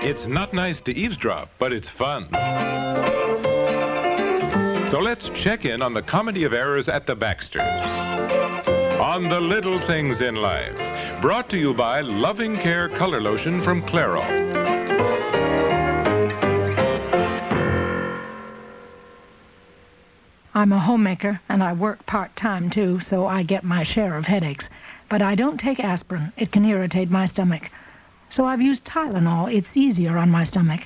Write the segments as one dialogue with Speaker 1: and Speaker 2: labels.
Speaker 1: It's not nice to eavesdrop, but it's fun. So let's check in on the comedy of errors at the Baxters. On the little things in life. Brought to you by Loving Care Color Lotion from Clairol.
Speaker 2: I'm a homemaker and I work part time too, so I get my share of headaches. But I don't take aspirin. It can irritate my stomach. So I've used Tylenol. It's easier on my stomach.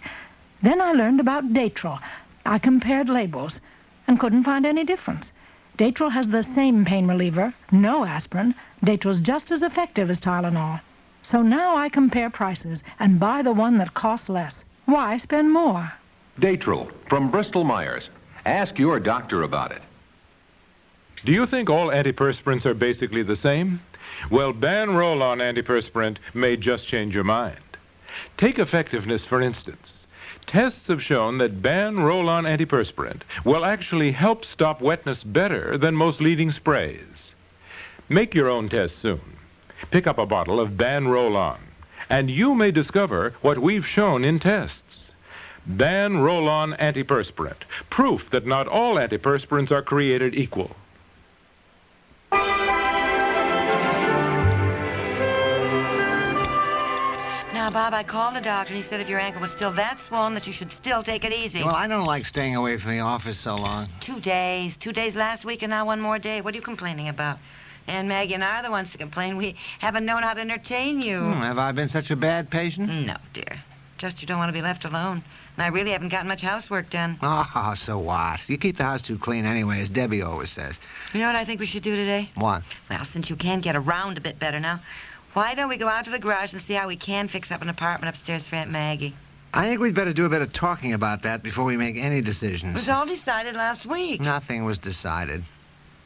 Speaker 2: Then I learned about Datril. I compared labels and couldn't find any difference. Datril has the same pain reliever, no aspirin. Datril's just as effective as Tylenol. So now I compare prices and buy the one that costs less. Why spend more?
Speaker 3: Datril from Bristol Myers. Ask your doctor about it.
Speaker 1: Do you think all antiperspirants are basically the same? Well, ban roll-on antiperspirant may just change your mind. Take effectiveness, for instance. Tests have shown that ban roll-on antiperspirant will actually help stop wetness better than most leading sprays. Make your own test soon. Pick up a bottle of ban roll-on, and you may discover what we've shown in tests. Ban roll-on antiperspirant, proof that not all antiperspirants are created equal.
Speaker 4: Now, Bob, I called the doctor and he said if your ankle was still that swollen that you should still take it easy.
Speaker 5: Well, I don't like staying away from the office so long.
Speaker 4: Two days. Two days last week and now one more day. What are you complaining about? And Maggie and I are the ones to complain. We haven't known how to entertain you.
Speaker 5: Hmm, have I been such a bad patient?
Speaker 4: No, dear. Just you don't want to be left alone. And I really haven't got much housework done.
Speaker 5: Oh, so what? You keep the house too clean anyway, as Debbie always says.
Speaker 4: You know what I think we should do today?
Speaker 5: What?
Speaker 4: Well, since you can get around a bit better now, why don't we go out to the garage and see how we can fix up an apartment upstairs for Aunt Maggie?
Speaker 5: I think we'd better do a bit of talking about that before we make any
Speaker 4: It
Speaker 5: decisions.
Speaker 4: was all decided last week.
Speaker 5: Nothing was decided.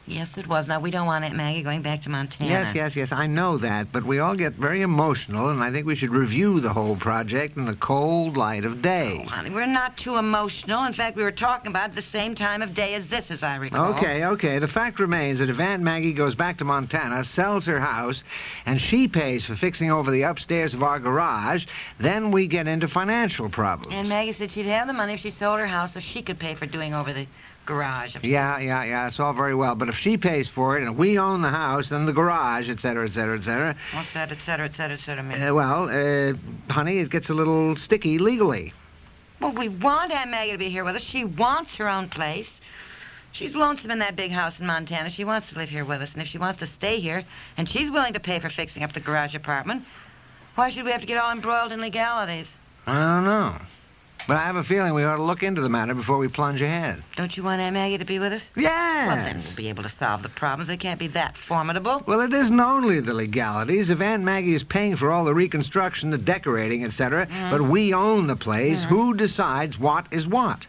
Speaker 4: Yes, it was. Now, we don't want Aunt Maggie going back to Montana.
Speaker 5: Yes, yes, yes, I know that, but we all get very emotional, and I think we should review the whole project in the cold light of
Speaker 4: Oh,
Speaker 5: day.
Speaker 4: honey, we're not too emotional. In fact, we were talking about it the same time of day as this, as I recall.
Speaker 5: Okay, okay. The fact remains that if Aunt Maggie goes back to Montana, sells her house, and she pays for fixing over the upstairs of our garage, then we get into financial problems.
Speaker 4: And Maggie said she'd have the money if she sold her house so she could pay for doing over the garage. upstairs.
Speaker 5: Yeah, yeah, yeah. It's all very well, but if she pays for it and we own the house and the garage, et cetera, et cetera, et cetera,
Speaker 4: What's that, et cetera, et cetera, et cetera. Mary?
Speaker 5: uh, well, uh, honey, it gets a little sticky legally.
Speaker 4: well, we want Aunt Maggie to be here with us. She wants her own place. She's lonesome in that big house in Montana. She wants to live here with us. And if she wants to stay here, and she's willing to pay for fixing up the garage apartment, why should we have to get all embroiled in legalities?
Speaker 5: I don't know, but I have a feeling we ought to look into the matter before we plunge ahead.
Speaker 4: Don't you want Aunt Maggie to be with us?
Speaker 5: Yes.
Speaker 4: Well, then we'll be able to solve the problems. They can't be that formidable.
Speaker 5: Well, it isn't only the legalities. If Aunt Maggie is paying for all the reconstruction, the decorating, et cetera, but we own the place, who decides what is what?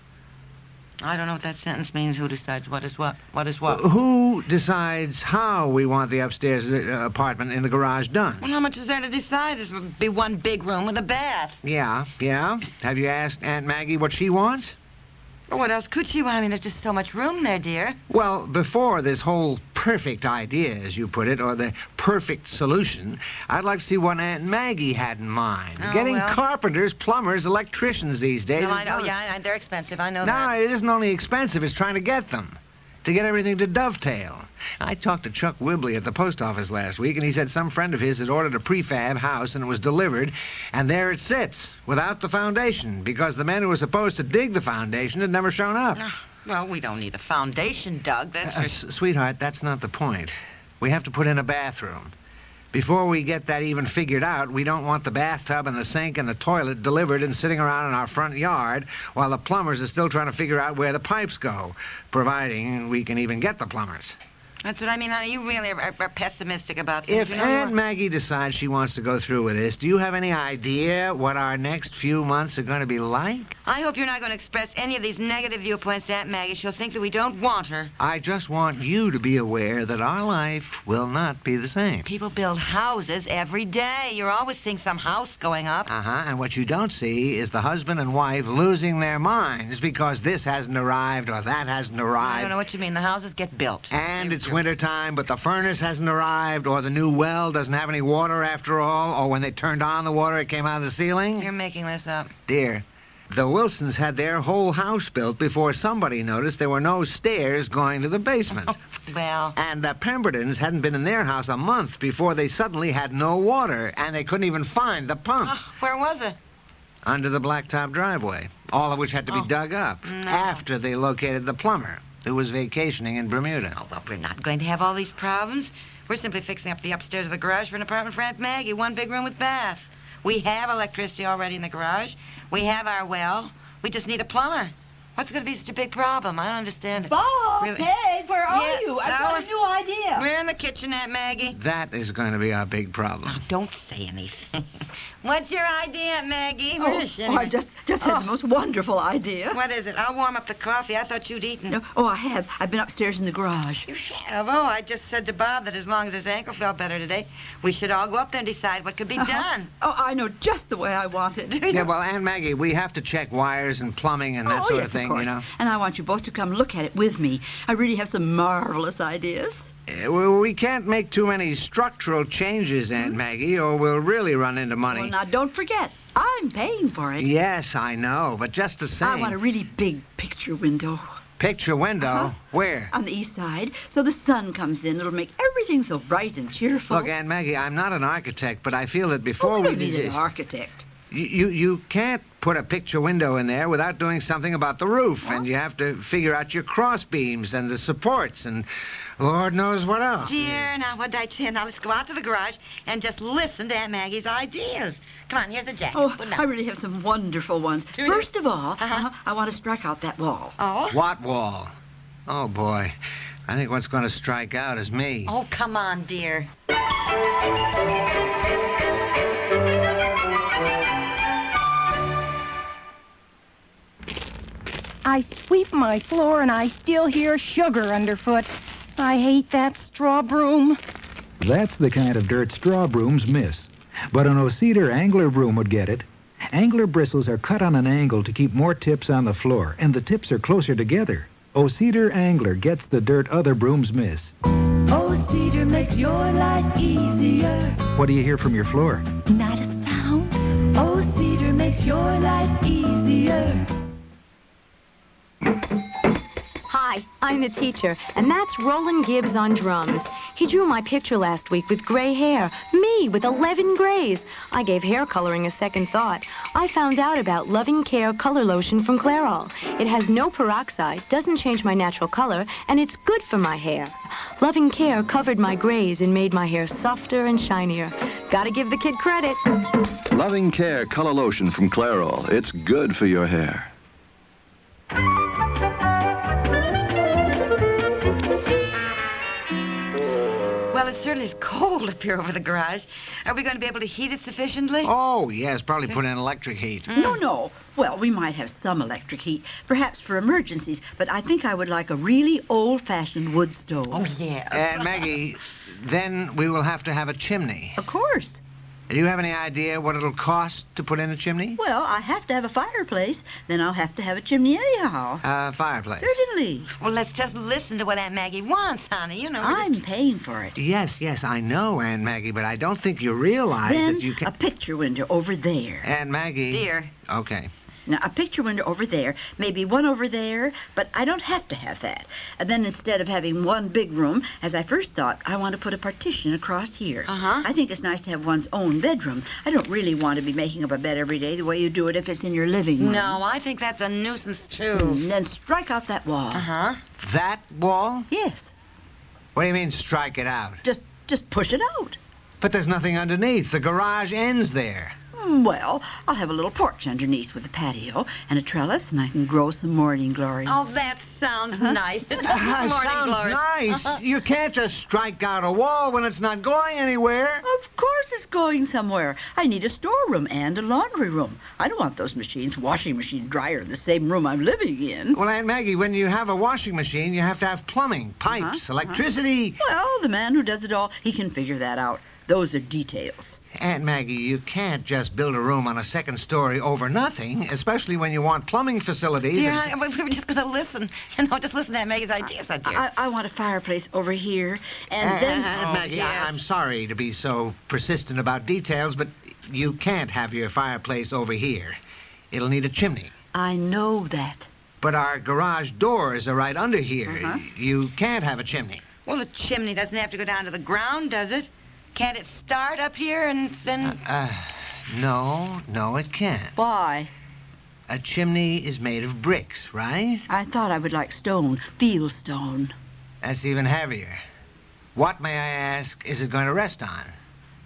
Speaker 4: I don't know what that sentence means. Who decides what is what? What is what?
Speaker 5: Who decides how we want the upstairs uh, apartment in the garage done?
Speaker 4: Well, how much is there to decide? This would be one big room with a bath.
Speaker 5: Yeah, yeah. Have you asked Aunt Maggie what she wants?
Speaker 4: Well, what else could she want? I mean, there's just so much room there, dear.
Speaker 5: Well, before this whole perfect idea, as you put it, or the perfect solution, I'd like to see what Aunt Maggie had in mind.
Speaker 4: Oh,
Speaker 5: Getting
Speaker 4: well.
Speaker 5: carpenters, plumbers, electricians these days.
Speaker 4: No,
Speaker 5: is
Speaker 4: I know.
Speaker 5: not-
Speaker 4: Yeah, I, I- they're expensive. I know
Speaker 5: No,
Speaker 4: that.
Speaker 5: it isn't only expensive, it's trying to get them. To get everything to dovetail. I talked to Chuck Wibley at the post office last week, and he said some friend of his had ordered a prefab house and it was delivered, and there it sits, without the foundation, because the man who was supposed to dig the foundation had never shown up.
Speaker 4: Well, we don't need a foundation, Doug. That's
Speaker 5: Uh,
Speaker 4: for
Speaker 5: s- sweetheart, that's not the point. We have to put in a bathroom. Before we get that even figured out, we don't want the bathtub and the sink and the toilet delivered and sitting around in our front yard while the plumbers are still trying to figure out where the pipes go, providing we can even get the plumbers.
Speaker 4: That's what I mean, honey. You really are, are pessimistic about this.
Speaker 5: If
Speaker 4: you know you
Speaker 5: Aunt
Speaker 4: are-
Speaker 5: Maggie decides she wants to go through with this, do you have any idea what our next few months are going to be like?
Speaker 4: I hope you're not going to express any of these negative viewpoints to Aunt Maggie. She'll think that we don't want her.
Speaker 5: I just want you to be aware that our life will not be the same.
Speaker 4: People build houses every day. You're always seeing some house going up.
Speaker 5: Uh huh. And what you don't see is the husband and wife losing their minds because this hasn't arrived or that hasn't
Speaker 4: I don't know
Speaker 5: arrived.
Speaker 4: what you mean. The houses get built.
Speaker 5: And
Speaker 4: You-
Speaker 5: it's
Speaker 4: you-
Speaker 5: wintertime, but the furnace hasn't arrived, or the new well doesn't have any water after all, or when they turned on the water, it came out of the ceiling.
Speaker 4: You're making this up.
Speaker 5: Dear, the Wilsons had their whole house built before somebody noticed there were no stairs going to the
Speaker 4: Oh.
Speaker 5: basement.
Speaker 4: Well,
Speaker 5: And the Pembertons hadn't been in their house a month before they suddenly had no water, and they couldn't even find the pump
Speaker 4: oh, where was it?
Speaker 5: under the blacktop driveway, all of which had to be
Speaker 4: Oh,
Speaker 5: dug up after they located the plumber who was vacationing in Bermuda.
Speaker 4: Oh, well, we're not going to have all these problems. We're simply fixing up the upstairs of the garage for an apartment for Aunt Maggie, one big room with bath. We have electricity already in the garage. We have our well. We just need a plumber. What's going to be such a big problem? I don't understand it.
Speaker 6: Bob,
Speaker 4: Really?
Speaker 6: Peg, Oh, where are
Speaker 4: Yeah,
Speaker 6: you? I've
Speaker 4: Laura.
Speaker 6: got a new idea.
Speaker 4: We're in the kitchen, Aunt Maggie.
Speaker 5: That is going to be our big
Speaker 6: Oh,
Speaker 5: problem.
Speaker 4: Don't say anything. What's your idea, Aunt Maggie? Where
Speaker 6: Oh,
Speaker 4: is she,
Speaker 6: oh, I
Speaker 4: anyway?
Speaker 6: just just had the most wonderful idea.
Speaker 4: What is it? I'll warm up the coffee. I thought you'd eaten.
Speaker 6: No, oh, I have. I've been upstairs in the garage.
Speaker 4: You have? Oh, I just said to Bob that as long as his ankle felt better today, we should all go up there and decide what could be done.
Speaker 6: Oh, I know just the way I want it.
Speaker 5: Yeah, well, Aunt Maggie, we have to check wires and plumbing and that
Speaker 6: oh,
Speaker 5: sort
Speaker 6: yes,
Speaker 5: of thing,
Speaker 6: course.
Speaker 5: you know.
Speaker 6: And I want you both to come look at it with me. I really have some marvelous ideas.
Speaker 5: Uh, well, We can't make too many structural changes, Aunt Maggie, or we'll really run into money.
Speaker 6: Hmm? Well, now don't forget, I'm paying for it.
Speaker 5: Yes, I know, but just the same.
Speaker 6: I want a really big picture window
Speaker 5: picture window.
Speaker 6: Uh-huh.
Speaker 5: Where?
Speaker 6: on the east side, so the sun comes in. It'll make everything so bright and cheerful.
Speaker 5: Look, Aunt Maggie, I'm not an architect, but I feel that
Speaker 6: oh,
Speaker 5: before
Speaker 6: we
Speaker 5: we
Speaker 6: don't need
Speaker 5: did-
Speaker 6: an architect.
Speaker 5: you, you you can't put a picture window in there without doing something about the roof, and you have to figure out your cross beams and the supports and Lord knows what else.
Speaker 4: Dear, now what did I tell? you? Now let's go out to the garage and just listen to Aunt Maggie's ideas. Come on, here's a jacket.
Speaker 6: Oh,
Speaker 4: Put it on.
Speaker 6: I really have some wonderful ones.
Speaker 4: Do you?
Speaker 6: First of all,
Speaker 4: Uh-huh.
Speaker 6: uh, I want to strike out that wall.
Speaker 4: oh.
Speaker 5: What wall? Oh boy, I think what's going to strike out is me.
Speaker 4: Oh, come on, dear.
Speaker 7: I sweep my floor and I still hear sugar underfoot. I hate that straw broom.
Speaker 8: That's the kind of dirt straw brooms miss. But an Oceder angler broom would get it. Angler bristles are cut on an angle to keep more tips on the floor, and the tips are closer together. Oceder angler gets the dirt other brooms miss.
Speaker 9: Oh, cedar makes your life easier.
Speaker 8: What do you hear from your floor?
Speaker 7: Not a sound.
Speaker 9: Oh, cedar makes your life easier.
Speaker 10: Hi, I'm the teacher, and that's Roland Gibbs on drums. He drew my picture last week with gray hair, me with 11 grays. I gave hair coloring a second thought. I found out about Loving Care Color Lotion from Clairol. It has no peroxide, doesn't change my natural color, and it's good for my hair. Loving Care covered my grays and made my hair softer and shinier. Gotta give the kid credit.
Speaker 3: Loving Care Color Lotion from Clairol. It's good for your hair.
Speaker 4: Well, it certainly is cold up here over the garage. Are we going to be able to heat it sufficiently?
Speaker 5: Oh yes, probably put in electric heat.
Speaker 9: Mm.
Speaker 6: No, no. Well, we might have some electric heat, perhaps for emergencies, but I think I would like a really old-fashioned wood stove.
Speaker 4: Oh, yes.
Speaker 5: Aunt Uh, Maggie, then we will have to have a chimney.
Speaker 6: Of course.
Speaker 5: Do you have any idea what it'll cost to put in a chimney?
Speaker 6: Well, I have to have a fireplace, then I'll have to have a chimney anyhow.
Speaker 5: Uh, fireplace.
Speaker 6: Certainly.
Speaker 4: Well, let's just listen to what Aunt Maggie wants, honey. You know, we're
Speaker 6: I'm
Speaker 4: just-
Speaker 6: paying for it.
Speaker 5: Yes, yes, I know, Aunt Maggie, but I don't think you realize
Speaker 6: Then
Speaker 5: that you can.
Speaker 6: a picture window over there.
Speaker 5: Aunt Maggie.
Speaker 4: dear.
Speaker 5: Okay.
Speaker 6: Now, a picture window over there, maybe one over there, but I don't have to have that. And then instead of having one big room, as I first thought, I want to put a partition across here.
Speaker 4: Uh-huh.
Speaker 6: I think it's nice to have one's own bedroom. I don't really want to be making up a bed every day the way you do it if it's in your living room.
Speaker 4: No, I think that's a nuisance, too.
Speaker 6: And then strike out that wall.
Speaker 4: Uh huh.
Speaker 5: That wall?
Speaker 6: Yes.
Speaker 5: What do you mean strike it out?
Speaker 6: Just just push it out.
Speaker 5: But there's nothing underneath. The garage ends there.
Speaker 6: Oh, Well, I'll have a little porch underneath with a patio and a trellis, and I can grow some morning glories.
Speaker 4: Oh, that sounds nice.
Speaker 5: Ah,
Speaker 4: Morning Uh-huh.
Speaker 5: sounds
Speaker 4: glory.
Speaker 5: nice. you can't just strike out a wall when it's not going anywhere.
Speaker 6: Of course it's going somewhere. I need a storeroom and a laundry room. I don't want those machines, washing machine, dryer, in the same room I'm living in.
Speaker 5: Well, Aunt Maggie, when you have a washing machine, you have to have plumbing,
Speaker 4: Uh-huh,
Speaker 5: pipes, electricity.
Speaker 6: Well, the man who does it all, he can figure that out. Those are details.
Speaker 5: Aunt Maggie, you can't just build a room on a second story over nothing, especially when you want plumbing facilities.
Speaker 4: Dear,
Speaker 5: and-
Speaker 4: I, we we were just going to listen. You know, just listen to Aunt Maggie's ideas, I dear.
Speaker 6: I, I want a fireplace over here, and
Speaker 5: Uh,
Speaker 6: then...
Speaker 5: Aunt Maggie, I, am sorry to be so persistent about details, but you can't have your fireplace over here. It'll need a chimney.
Speaker 6: I know that.
Speaker 5: But our garage doors are right under here.
Speaker 4: Uh-huh.
Speaker 5: You can't have a chimney.
Speaker 4: Well, the chimney doesn't have to go down to the ground, does it? Can't it start up here and then...
Speaker 5: Uh, no, no, it can't.
Speaker 6: Why?
Speaker 5: A chimney is made of bricks, right?
Speaker 6: I thought I would like stone, field stone.
Speaker 5: That's even heavier. What, may I ask, is it going to rest on?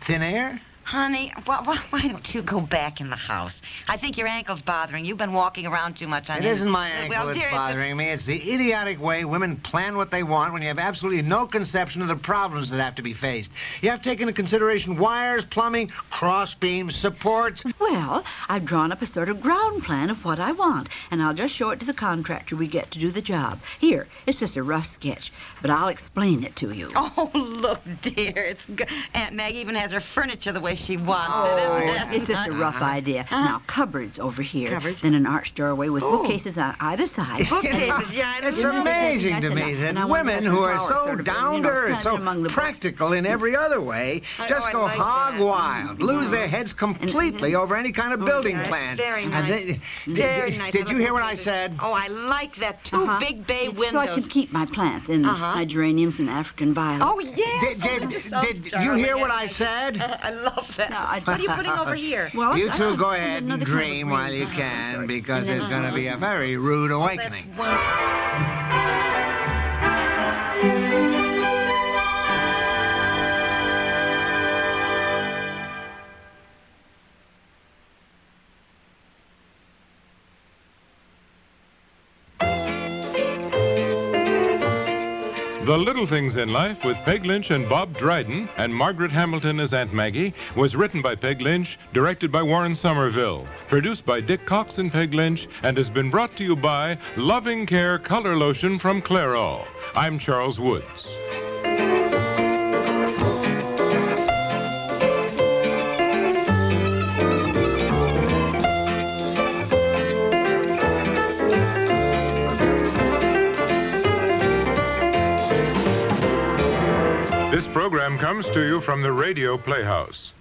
Speaker 5: Thin air?
Speaker 4: Honey, why, why, why don't you go back in the house? I think your ankle's bothering you. You've been walking around too much on
Speaker 5: It
Speaker 4: your-
Speaker 5: isn't my
Speaker 4: Uh,
Speaker 5: ankle
Speaker 4: well,
Speaker 5: that's
Speaker 4: dear, it's just-
Speaker 5: bothering me. It's the idiotic way women plan what they want when you have absolutely no conception of the problems that have to be faced. You have to take into consideration wires, plumbing, cross beams, supports.
Speaker 6: Well, I've drawn up a sort of ground plan of what I want, and I'll just show it to the contractor we get to do the job. Here, it's just a rough sketch, but I'll explain it to you.
Speaker 4: Oh, look, dear. It's go- Aunt Maggie even has her furniture the way she wants it, isn't it?
Speaker 6: it's just a rough
Speaker 4: Uh-huh.
Speaker 6: idea. Now, cupboards over here. Cupboards. Then an arched doorway
Speaker 4: Oh.
Speaker 6: with bookcases on either side.
Speaker 4: Bookcases, yeah, I
Speaker 5: it's
Speaker 4: know.
Speaker 5: amazing to me
Speaker 6: And I
Speaker 5: that
Speaker 6: wanna
Speaker 5: women
Speaker 6: have
Speaker 5: who
Speaker 6: some
Speaker 5: are
Speaker 6: flowers
Speaker 5: so
Speaker 6: sort of, you know,
Speaker 5: down to earth,
Speaker 6: planted among
Speaker 5: so practical in every other way,
Speaker 4: I-
Speaker 5: just
Speaker 4: oh, I
Speaker 5: go
Speaker 4: like
Speaker 5: hog
Speaker 4: that.
Speaker 5: wild, lose their heads completely over any kind of building
Speaker 4: that's
Speaker 5: plan.
Speaker 4: very
Speaker 5: And
Speaker 4: nice.
Speaker 5: they- did-
Speaker 4: Very
Speaker 5: did-
Speaker 4: nice.
Speaker 5: Did you hear what I
Speaker 4: Look,
Speaker 5: said?
Speaker 4: Oh, I like that. 2
Speaker 6: Uh-huh.
Speaker 4: big bay windows.
Speaker 6: So I can keep my plants in
Speaker 4: Uh-huh.
Speaker 6: my geraniums and African violets.
Speaker 4: Oh, yeah.
Speaker 5: Did, did, did you hear what I said?
Speaker 4: I love that.
Speaker 6: No, I-
Speaker 4: What are you putting over here?
Speaker 6: Well,
Speaker 5: You
Speaker 6: I-
Speaker 5: two
Speaker 6: I-
Speaker 5: go
Speaker 6: I need
Speaker 5: ahead and
Speaker 6: Uh-huh. another kind of
Speaker 5: dream
Speaker 6: green.
Speaker 5: while you
Speaker 6: Uh-huh.
Speaker 5: can, because
Speaker 6: And then-
Speaker 5: there's going to be a very rude
Speaker 4: That's
Speaker 5: awakening.
Speaker 4: wonderful.
Speaker 1: The Little Things in Life with Peg Lynch and Bob Dryden and Margaret Hamilton as Aunt Maggie was written by Peg Lynch, directed by Warren Somerville, produced by Dick Cox and Peg Lynch, and has been brought to you by Loving Care Color Lotion from Clairol. I'm Charles Woods. This program comes to you from the Radio Playhouse.